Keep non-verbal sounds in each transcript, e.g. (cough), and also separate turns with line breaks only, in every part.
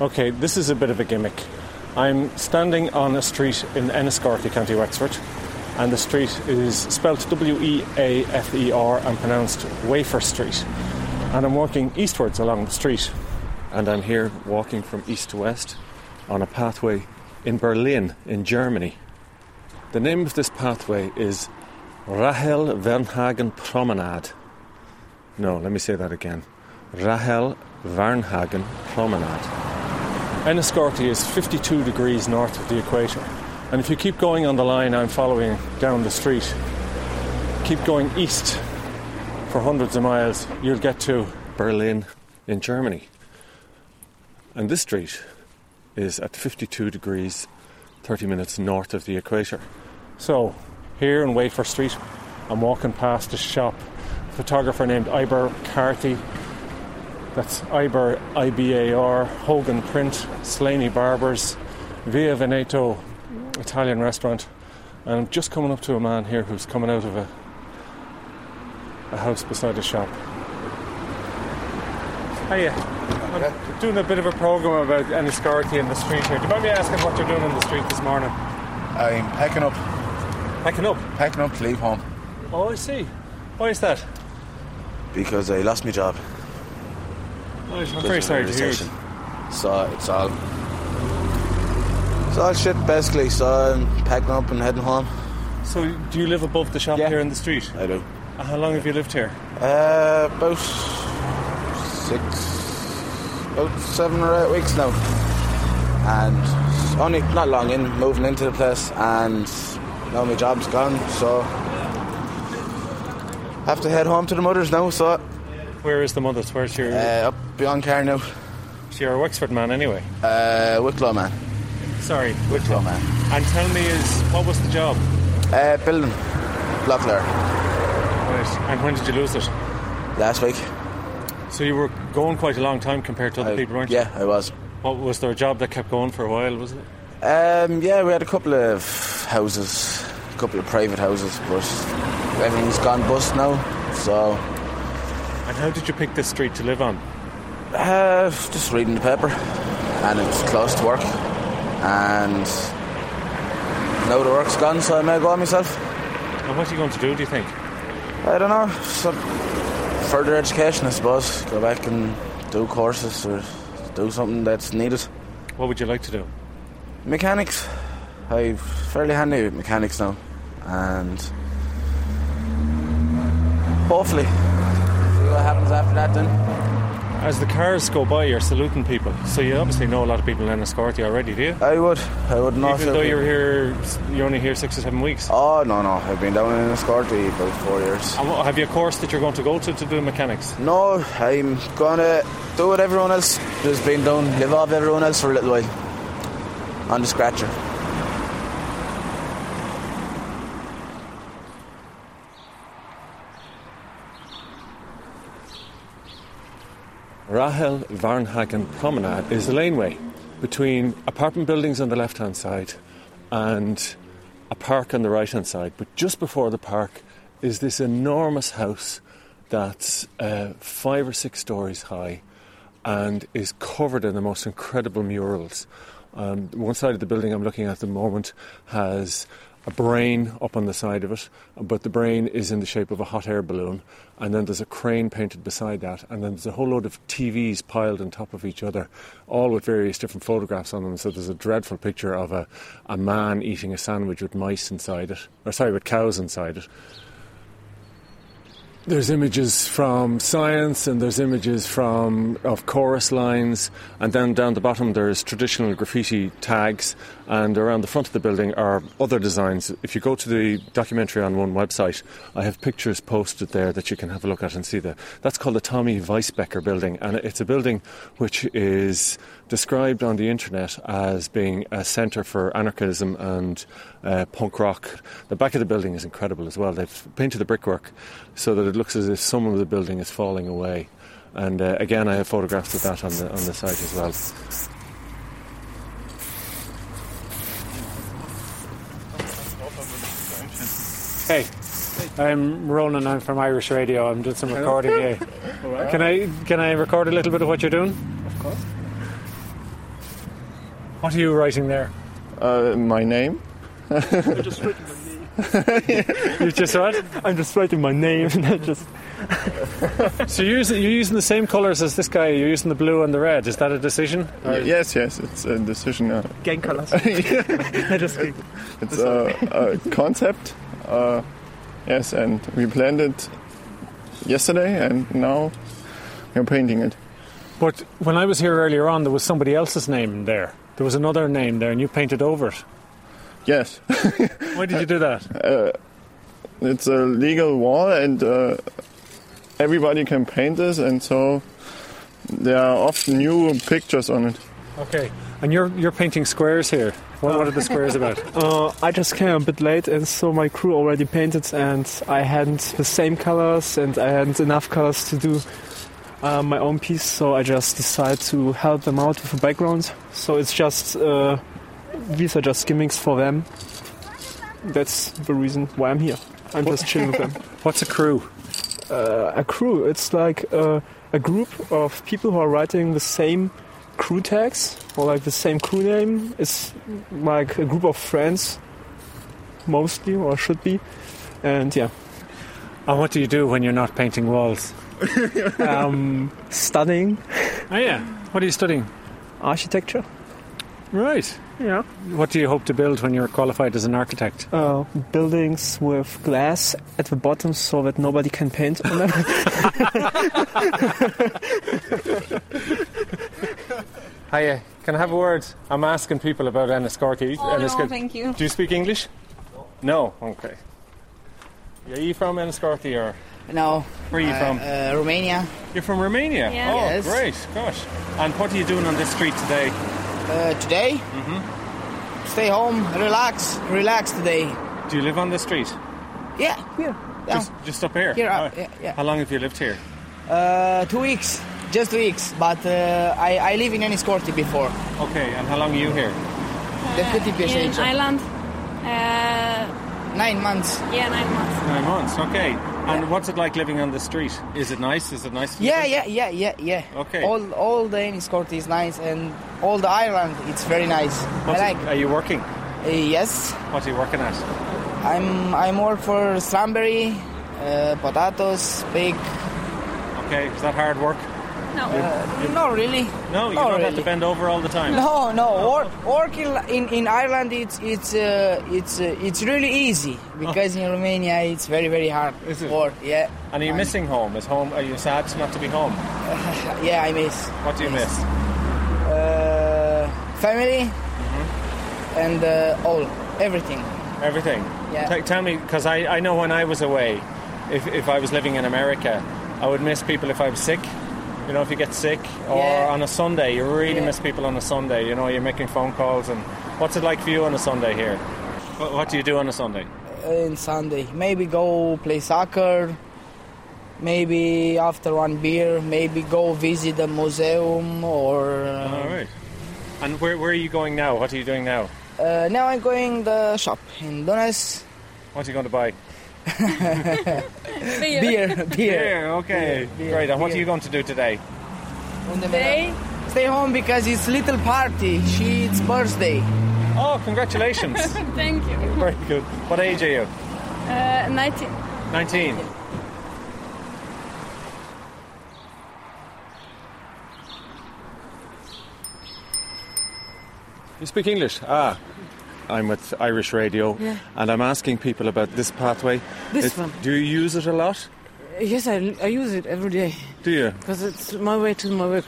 Okay, this is a bit of a gimmick. I'm standing on a street in Enniscorthy, County Wexford, and the street is spelt W E A F E R and pronounced Wafer Street. And I'm walking eastwards along the street, and I'm here walking from east to west on a pathway in Berlin, in Germany. The name of this pathway is Rahel Vernhagen Promenade. No, let me say that again. Rahel Varnhagen Promenade. Enniscorthy is 52 degrees north of the equator. And if you keep going on the line I'm following down the street, keep going east for hundreds of miles, you'll get to Berlin in Germany. And this street is at 52 degrees 30 minutes north of the equator. So, here in Wafer Street, I'm walking past a shop, a photographer named Iber Carthy. That's Iber, I B A R, Hogan Print, Slaney Barbers, Via Veneto Italian restaurant. And I'm just coming up to a man here who's coming out of a, a house beside a shop. Hiya. I'm doing a bit of a program about Enniscorthy in the street here. Do you mind me asking what you're doing in the street this morning?
I'm packing up,
Packing up.
packing up to leave home
Oh, I see. Why is that?
because I lost my job.
I'm
because
very
of the
sorry to hear it.
recession. So it's all, it's all shit basically. So I'm packing up and heading home.
So, do you live above the shop
Yeah.
here in the street?
I do.
And How long have you lived here?
Uh, about six, about seven or eight weeks now, and it's only not long in moving into the place, and now my job's gone, so have to head home to the mothers now. So uh,
Where is the mother's? Where's your?
up beyond Car now,
so you're a Wexford man, anyway.
uh, Wicklow man,
Sorry.
Wicklow man,
And tell me, is what was the job?
uh, building, Locklear,
Right. And when did you lose it?
last week.
So you were going quite a long time compared to other
I-
people, weren't you?
yeah, I was.
What was there a job that kept going for a while? Was it?
Um, yeah, we had a couple of houses, a couple of private houses, but everything's gone bust now. So,
And how did you pick this street to live on?
uh, just reading the paper, and it's close to work, and now the work's gone, so I may go on myself.
And what are you going to do? Do you think?
I don't know, some further education, I suppose. Go back and do courses or do something that's needed.
What would you like to do?
Mechanics. I'm fairly handy with mechanics now, and hopefully, see what happens after that. Then
As the cars go by, you're saluting people. So you obviously know a lot of people in Escortia already, do you?
I would, I would not.
Even though you're here, you're only here six or seven weeks.
Oh no no! I've been down in Escorty about four years.
And what- have you a course that you're going to go to to do mechanics?
No, I'm gonna do what everyone else has been doing. Live off everyone else for a little while. On the scratcher.
Rahel Varnhagen Promenade is the laneway between apartment buildings on the left hand side and a park on the right hand side. But just before the park is this enormous house that's uh, five or six stories high and is covered in the most incredible murals. Um, one side of the building I'm looking at at the moment has a brain up on the side of it, but the brain is in the shape of a hot air balloon, and then there's a crane painted beside that, and then there's a whole load of TVs piled on top of each other, all with various different photographs on them. So there's a dreadful picture of a, a man eating a sandwich with mice inside it, or sorry, with cows inside it. There's images from science and there's images from of chorus lines and then down the bottom there's traditional graffiti tags and around the front of the building are other designs. If you go to the documentary on one website, I have pictures posted there that you can have a look at and see that. That's called the Tommy Weisbecker building and it's a building which is described on the internet as being a centre for anarchism and uh, punk rock. The back of the building is incredible as well. They've painted the brickwork so that it looks as if some of the building is falling away. And uh, again, I have photographs of that on the on the site as well.
Hey, I'm Ronan. I'm from Irish Radio. I'm doing some recording here. Can I can I record a little bit of what you're doing? Of course. What are you writing there?
Uh, my
(laughs)
name?
You just what?
I'm just writing my name and I just
(laughs) So you're using, you're using the same colours as this guy. You're using the blue and the red. Is that a decision?
Y- yes, yes, it's a decision. Uh,
gang (laughs) colors. just kidding.
it's a, a concept. Uh, yes, and we planned it yesterday, and now we're painting it.
But when I was here earlier on, there was somebody else's name there. There was another name there, and you painted over it.
Yes, Uh,
Why did you
(laughs)
do that?
it's a legal wall, and uh, everybody can paint this, and so there are often new pictures on it.
Okay. And you're you're painting squares here. What, what are the squares
(laughs)
about?
Uh, I just came a bit late, and so my crew already painted, and I hadn't the same colors, and I hadn't enough colors to do uh, my own piece. So I just decided to help them out with the background. So it's just uh, these are just gimmicks for them. That's the reason why I'm here. I'm just chilling with them.
What's a crew?
Uh, a crew. It's like uh, a group of people who are writing the same crew tags or like the same crew name. It's like a group of friends, mostly or should be. And yeah,
And what do you do when you're not painting walls?
(laughs) um, studying
Oh yeah. What are you studying?
architecture.
Right.
Yeah,
What do you hope to build when you're qualified as an architect?
uh, buildings with glass at the bottom so that nobody can paint on them.
(laughs)
Hiya, can I have a word? I'm asking people about Enniscorthy.
Oh, no, thank you.
Do you speak English? No. Okay. Are you from Enniscorthy or
No.
where are you
Uh,
from?
Uh, Romania.
You're from Romania.
Yeah.
Oh,
Yes.
great! Gosh. And what are you doing on this street today? Mm-hmm.
Uh, today? Stay home, relax, relax today.
Do you live on this street?
Yeah, here. Yeah.
Just, just up here.
Here, uh,
Oh.
yeah, yeah.
How long have you lived here?
Uh, two weeks, just two weeks. But uh, I, I live in Eniscorti before.
Okay. And how long are you here?
The pretty
Uh, in
PSH.
Ireland. Uh,
Nine months.
yeah, nine months.
Nine months. Okay. And what's it like living on the street? Is it nice? Is it nice? for you?
Yeah, yeah, yeah, yeah, yeah.
Okay.
All all the Eniscorti is nice, and all the Ireland it's very nice.
What's
I
it-
like.
Are you working?
Uh, yes,
What are you working at?
I'm I'm all for strawberry, uh, potatoes, pig.
Okay. Is that hard work?
No.
Uh, Not really.
No, you
Not
don't have to
really.
bend over all the time.
No, no. Work, work in, in, in Ireland, it's it's uh, it's uh, it's really easy because in Romania it's very very hard.
Oh. Is it?
Work, yeah.
And are you missing home? Is home? Are you sad not to be home?
(laughs) Yeah, I miss
What do you miss?
uh, family
Mm-hmm.
and uh, all everything.
Everything.
Yeah.
T- tell me, because I, I know when I was away, if, if I was living in America, I would miss people if I was sick. You know, if you get sick or
Yeah.
on a Sunday, you really
Yeah.
miss people on a Sunday. You know, you're making phone calls and what's it like for you on a Sunday here? What, what do you do on a Sunday?
And Uh, Sunday, maybe go play soccer. Maybe after one beer, maybe go visit a museum or.
All
Uh,
right. And where, where are you going now? What are you doing now?
uh, now I'm going the shop in Donetsk.
What are you going to buy?
(laughs) Beer.
(laughs) Beer, beer.
Beer, okay.
beer,
Great. And what are
beer.
you going to do today?
Today,
Stay home because it's little party. She it's birthday.
Oh, congratulations.
(laughs) thank you.
Very good. What age are you?
Uh, 19.
19. You speak English? Ah. I'm with Irish Radio and I'm asking people about this pathway.
This one.
Do you use it a lot?
Yes, I, I use it every day
Do you?
because it's my way to my work.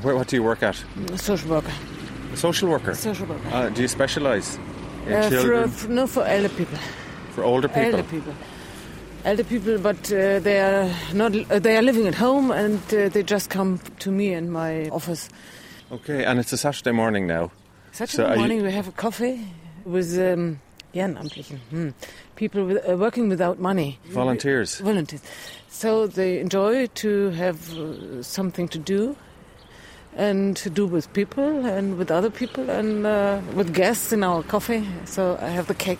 Where, what do you work at?
Social worker.
A social worker.
Social worker.
Uh, do you specialise in
Uh, for,
children,
for, no, for elder people.
for older people?
Elder people. Elder people, but uh, they are not. Uh, they are living at home, and uh, they just come to me in my office.
Okay, and it's a Saturday morning now.
Such
So
a
are
good
you-
morning. We have a coffee with um, Ehrenamtlichen. Hmm. People with, uh, working without money.
Volunteers.
volunteers. So they enjoy to have uh, something to do and to do with people and with other people and uh, with guests in our coffee. So I have the cake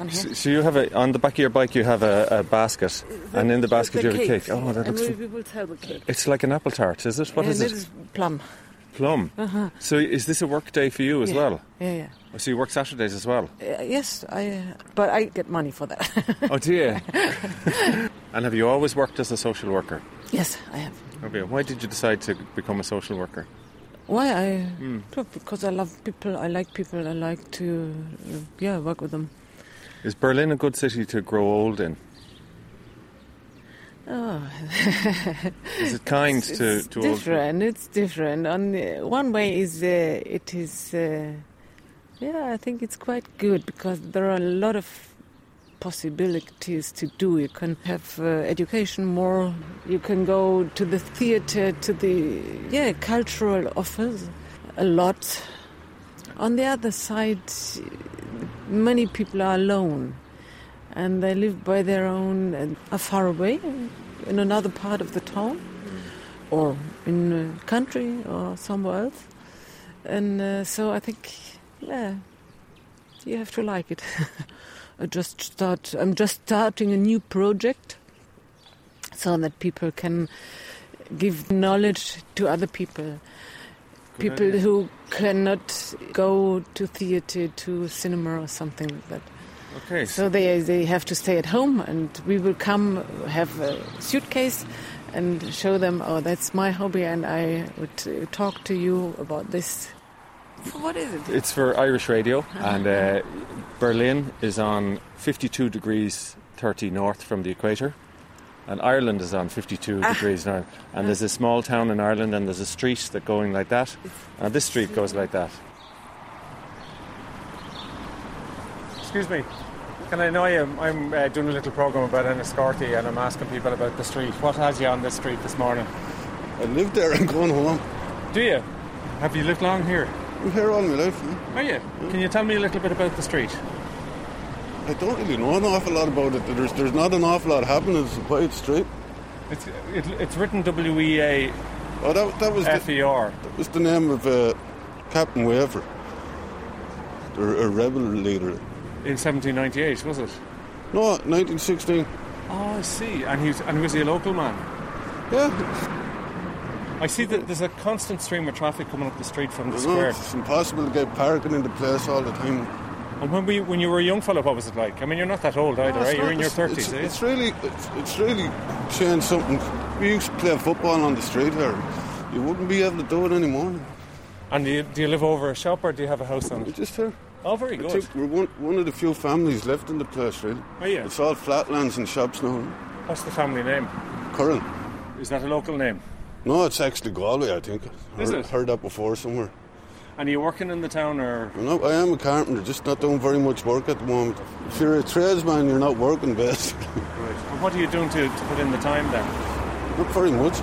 on here.
So you have a, on the back of your bike, you have a, a basket, and in the basket you have a cake. Oh, that
and
looks.
we, we will tell the cake.
It's like an apple tart, is it? What
and
is
it
it?
is plum. Uh-huh.
Plum. So is this a work day for you as
Yeah.
well?
Yeah, yeah.
Oh, So you work Saturdays as well?
Uh, yes, I. But I get money for that. (laughs)
(laughs) Oh dear. (laughs) and have you always worked as a social worker?
yes, I have.
Have you? Why did you decide to become a social worker?
Why I? Look, Because I love people. I like people. I like to, uh, yeah, work with them.
Is Berlin a good city to grow old in?
Oh,
Is it kind
it's,
to,
it's
to old people?
different. It's different. On uh, one way is uh, it is, uh, yeah, I think it's quite good because there are a lot of possibilities to do. You can have uh, education more. You can go to the theater, to the yeah cultural offers, a lot. On the other side, many people are alone, and they live by their own and are far away in another part of the town or in a country or somewhere else. And uh, so I think, yeah, you have to like it. (laughs) I just start. I'm just starting a new project, so that people can give knowledge to other people. people
idea.
who cannot go to theater, to cinema, or something like that.
Okay.
So they they have to stay at home, and we will come have a suitcase and show them. Oh, that's my hobby, and I would uh, talk to you about this. What is it?
It's for Irish radio, and uh, Berlin is on 52 degrees 30 north from the equator, and Ireland is on 52 degrees north. And there's a small town in Ireland, and there's a street that going like that, and this street goes like that. Excuse me, can I know you? I'm uh, doing a little program about Enniscorthy, and I'm asking people about the street. What has you on this street this morning?
I live there (laughs) and gone home.
Do you? Have you lived long here?
I'm here all my life. yeah.
Are you? Can you tell me a little bit about the street?
I don't really know an awful lot about it. There's, there's not an awful lot happening. It's a quiet street.
It's, it, it's written W E A
Oh, that, that was
F
the,
E R.
that was the name of uh, Captain Waver. They're a rebel leader.
In 1798, was it?
No, 1916.
Oh, I see. And he was, and was he a local man?
Yeah,
I see that there's a constant stream of traffic coming up the street from the
no,
square.
it's impossible to get parking in the place all the time.
And when we, when you were a young fellow, what was it like? I mean, you're not that old either,
No,
right?
it's
You're
not-
in your
it's-
30s,
It's,
eh?
it's really, it's, it's really changed something. We used to play football on the street here. You wouldn't be able to do it anymore.
And do you, do you live over a shop or do you have a house on
It's
it?
just here.
Oh, very
I
good.
think we're one, one of the few families left in the place, really.
Oh, yeah.
It's all flatlands and shops now.
What's the family name?
Curran.
Is that a local name?
No, it's actually Galway, I think.
Is
heard,
it?
Heard that before somewhere.
And are you working in the town or.
You know, I am a carpenter, just not doing very much work at the moment. If you're a tradesman, you're not working best. (laughs)
And what are you doing to, to put in the time then?
not very much.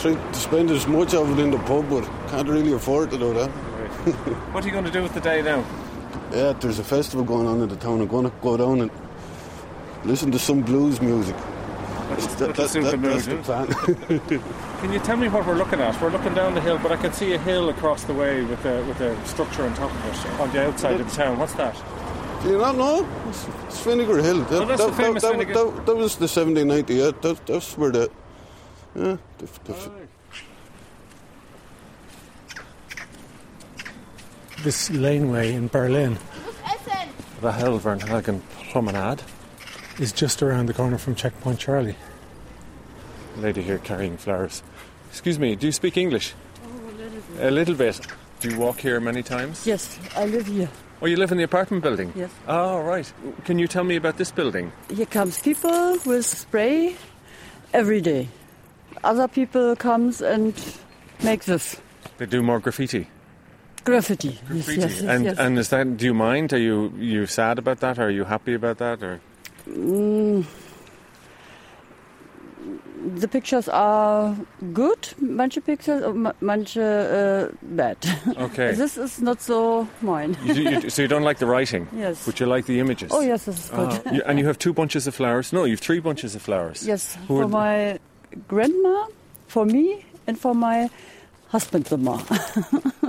Try to spend as much of it in the pub, but can't really afford to do that.
What are you going to do with the day now?
(laughs) Yeah, there's a festival going on in the town. I'm going to go down and listen to some blues music. That's,
that'll suit the mood,
that's the plan. (laughs)
Can you tell me what we're looking at? We're looking down the hill, but I can see a hill across the way with a, with a structure on top of it on the outside of the town. What's that?
Do you not know? It's, it's Vinegar Hill. That,
Oh, that's the famous
that,
Vinegar-
that- that was the 1798. That, that's where the. Yeah, the, the,
This laneway in Berlin
The Helvernhagen Promenade.
is just around the corner from Checkpoint Charlie.
Lady here carrying flowers. Excuse me, do you speak English? a little bit. Do you walk here many times?
Yes, I live here.
Oh, you live in the apartment building?
Yes.
Oh, right. Can you tell me about this building?
Here comes people with spray every day. Other people comes and make this
They do more graffiti.
graffiti.
Graffiti.
Yes, yes, yes.
and
yes.
and is that? Do you mind? Are you you sad about that? Are you happy about that? Or
Mm. the pictures are good, manche pictures, uh, ma- manche uh, bad.
okay.
(laughs) this is not so mine.
You do- you do- so you don't like the writing,
Yes.
but you like the images. Ah,
Oh yes, this is good.
You- and you have two bunches of flowers. No, you've three bunches of flowers.
(laughs) Yes,
Who
for
are-
my grandma, for me, and for my husband-in-law.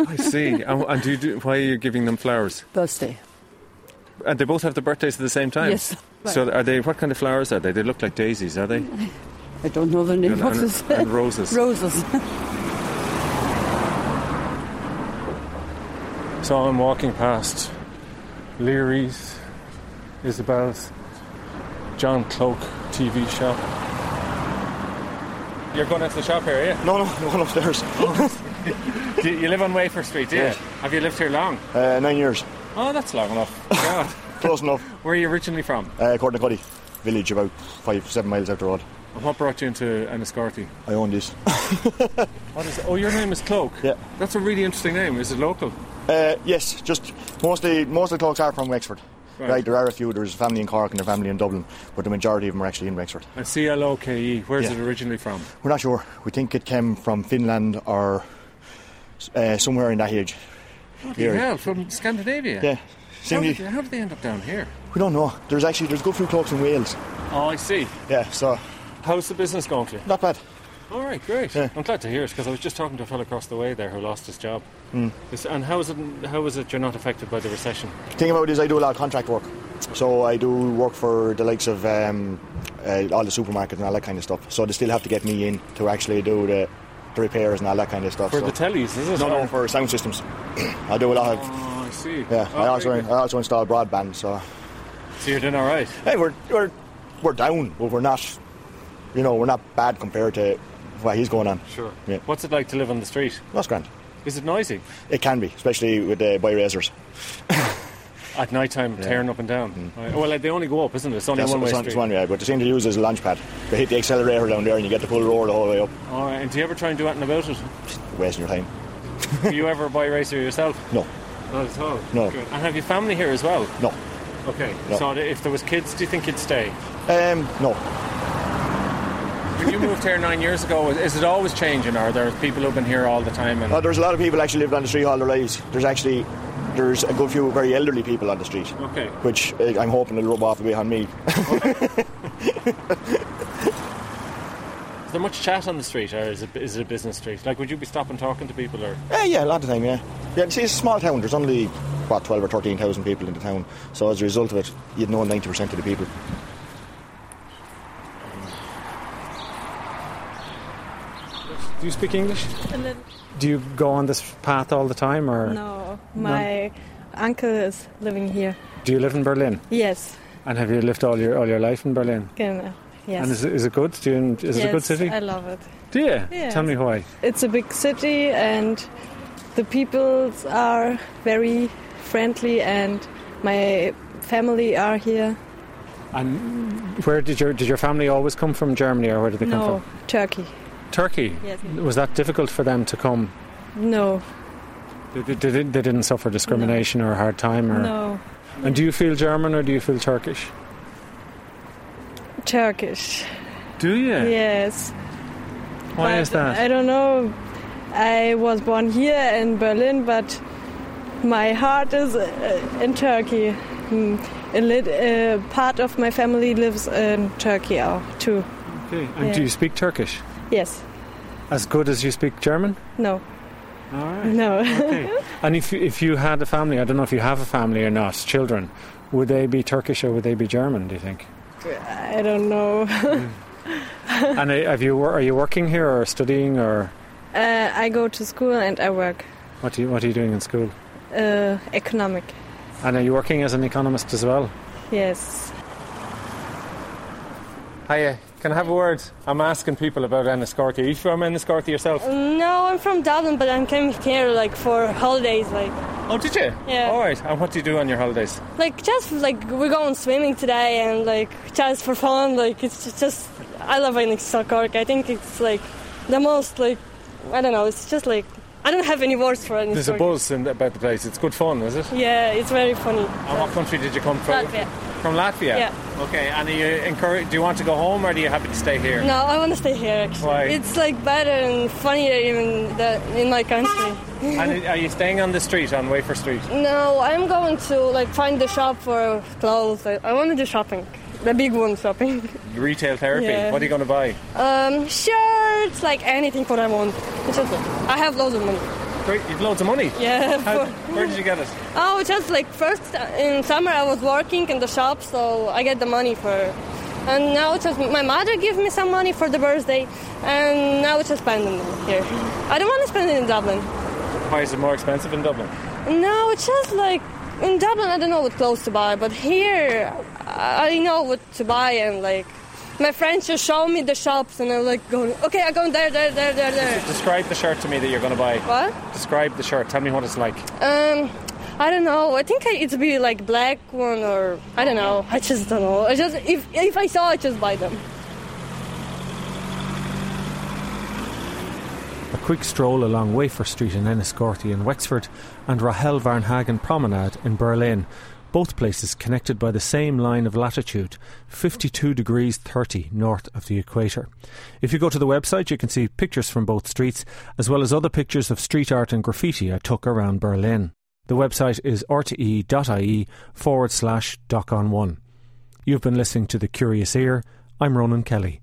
I see. and, and do you do, why are you giving them flowers?
(laughs) Birthday.
And they both have their birthdays at the same time.
Yes.
So are they? What kind of flowers are they? They look like daisies, are they?
I don't know the name (laughs)
And-
of
and-
this.
and roses.
Roses.
So I'm walking past Leary's, Isabel's, John Cloak TV shop. You're going into the shop here, yeah?
No, no, I'm going upstairs.
do (laughs) you, you live on Wafer Street, do you?
Yeah.
Have you lived here long?
Uh, nine years.
Oh, that's long
(laughs)
enough. God.
Close enough.
(laughs) Where are you originally from?
Uh, Cornacuddy village, about five, seven miles out the road.
And What brought you into Enniscorthy?
I own this.
What is? Oh, your name is Cloak.
Yeah.
That's a really interesting name. Is it local?
Uh, yes, just mostly most of the clerks are from Wexford.
Right.
Right. there are a few. There's a family in Cork and a family in Dublin, but the majority of them are actually in Wexford.
And Uh, C L O K E. Where's it originally from?
We're not sure. We think it came from Finland or uh, somewhere in that age.
Bloody
Here.
hell, from Scandinavia.
Yeah.
How
Same
did,
age.
they, how did they end up down here?
We don't know. There's actually there's a good few clerks in Wales.
Oh, I see.
Yeah. So
how's the business going for you?
Not bad.
All right, great. I'm glad to hear it because I was just talking to a fellow across the way there who lost his job.
Mm.
This- And how is it? How is it you're not affected by the recession?
thing about it is I do a lot of contract work. So I do work for the likes of um, uh, all the supermarkets and all that kind of stuff. So they still have to get me in to actually do the, the repairs and all that kind of stuff.
For
so.
the tellies, is it?
No,
Or-
no, for sound systems. I do a lot of.
Oh, I see.
Yeah, I
Oh, very
also
good.
I also install broadband. So
So you're doing all right.
hey, we're we're we're down, but we're not. You know, we're not bad compared to what he's going on.
Sure.
Yeah.
What's it like to live on the street?
That's grand.
Is it noisy?
It can be, especially with the boy razors.
At night time, tearing up and down.
Mm.
Right. Well, they only go up, isn't it? It's only
That's
one way
it's
street.
it's one way, but the thing to use is a launch pad. They hit the accelerator down there, and you get the full roar the whole way up,
All right. And do you ever try and do anything about
(laughs)
it?
wasting your time.
do you ever buy a racer yourself?
No,
Not at all.
No.
Good. And have you family here as well?
no,
Okay.
No.
So if there was kids, do you think you'd stay?
um, no.
When you moved here nine years ago, is it always changing, or are there people who've been here all the time? And
Uh, there's a lot of people actually lived on the street all their lives. There's actually there's a good few very elderly people on the street,
okay.
which uh, I'm hoping will rub off a bit on me. (laughs)
Is there much chat on the street, or is it is it a business street? Like, would you be stopping talking to people, or
Yeah, Eh, yeah, a lot of time, yeah. Yeah, see, it's a small town. There's only what twelve or thirteen thousand people in the town. So as a result of it, you'd know ninety percent of the people.
Do you speak English?
A little.
Do you go on this path all the time, or
No,
No?
my uncle is living here.
do you live in Berlin?
Yes,
And have you lived all your all your life in Berlin?
genau. Yes.
And is it, is it good? Do you, is it a good
Yes,
city?
I love it.
do you?
Yes.
Tell me why.
It's a big city, and the people are very friendly, and my family are here.
And where did your did your family always come from? Germany, or where did they
no,
come
Turkey.
from? Turkey.
Yes.
Was that difficult for them to come?
No,
They, they, they didn't- they didn't suffer discrimination or a hard time, or.
no,
And do you feel German or do you feel Turkish?
Turkish.
Do you?
Yes.
Why
But uh,
is that?
I don't know. I was born here in Berlin, but my heart is uh, in Turkey. Hmm. A lit, uh, part of my family lives in Turkey uh, too.
Okay. And do
Yeah.
you speak Turkish?
Yes.
As good as you speak German?
No.
All right.
No.
And if you, if you had a family, I don't know if you have a family or not, children, would they be Turkish or would they be German? Do you think?
(laughs) I don't know.
Hmm. and uh, have you wor- are you working here or studying or
(laughs) uh, I go to school and I work
what do you, what are you doing in school?
uh, economic.
And are you working as an economist as well?
Yes.
Hiya, can I have a word? I'm asking people about Enniscorthy. Are you from Enniscorthy
Uh,
yourself?
No, I'm from Dublin, but I'm coming here like for holidays, like
Oh, did you?
Yeah.
All right. And what do you do on your holidays?
like just like we're going swimming today and like just for fun. Like it's ju- just I love Cork. I think it's like the most like I don't know. It's just like I don't have any words for
There's a
Enniscorthy.
buzz in, about the place. It's good fun, is it?
Yeah, it's very funny.
And what country did you come from?
Latvia.
From Latvia.
Yeah.
Okay. And are you encourage? Do you want to go home, or do you happy to stay here?
No, I want to stay here. Actually,
Why?
it's like better and funnier even than in my country. (laughs)
and are you staying on the street on Wafer Street?
No, I'm going to like find the shop for clothes. I, I want to do shopping, the big one shopping. (laughs)
Retail therapy.
Yeah.
What are you going to buy?
Um, shirts, like anything what I want. It's just, I have loads of money.
Great. You've loads of money.
Yeah,
How,
for-
where did you get it?
Oh, just like first uh, in summer I was working in the shop, so I get the money for. And now it's just my mother gave me some money for the birthday, and now it's just spending it here. I don't want to spend it in Dublin.
Why is it more expensive in Dublin?
No, it's just like in Dublin, I don't know what clothes to buy, but here I I know what to buy, and like my friends just show me the shops, and I'm like going, okay, I'm going there, there, there, there, there.
Describe the shirt to me that you're going to buy.
What?
Describe the shirt. Tell me what it's like.
Um, I don't know. I think I- it'd be like black one or I don't know. I just don't know. I just if if I saw, I just buy them.
A quick stroll along Wafer Street in Enniscorthy in Wexford and Rahel Varnhagen Promenade in Berlin, both places connected by the same line of latitude, 52 degrees 30 north of the equator. If you go to the website, you can see pictures from both streets, as well as other pictures of street art and graffiti I took around Berlin. The website is rte.ie forward slash doc on one. You've been listening to The Curious Ear. I'm Ronan Kelly.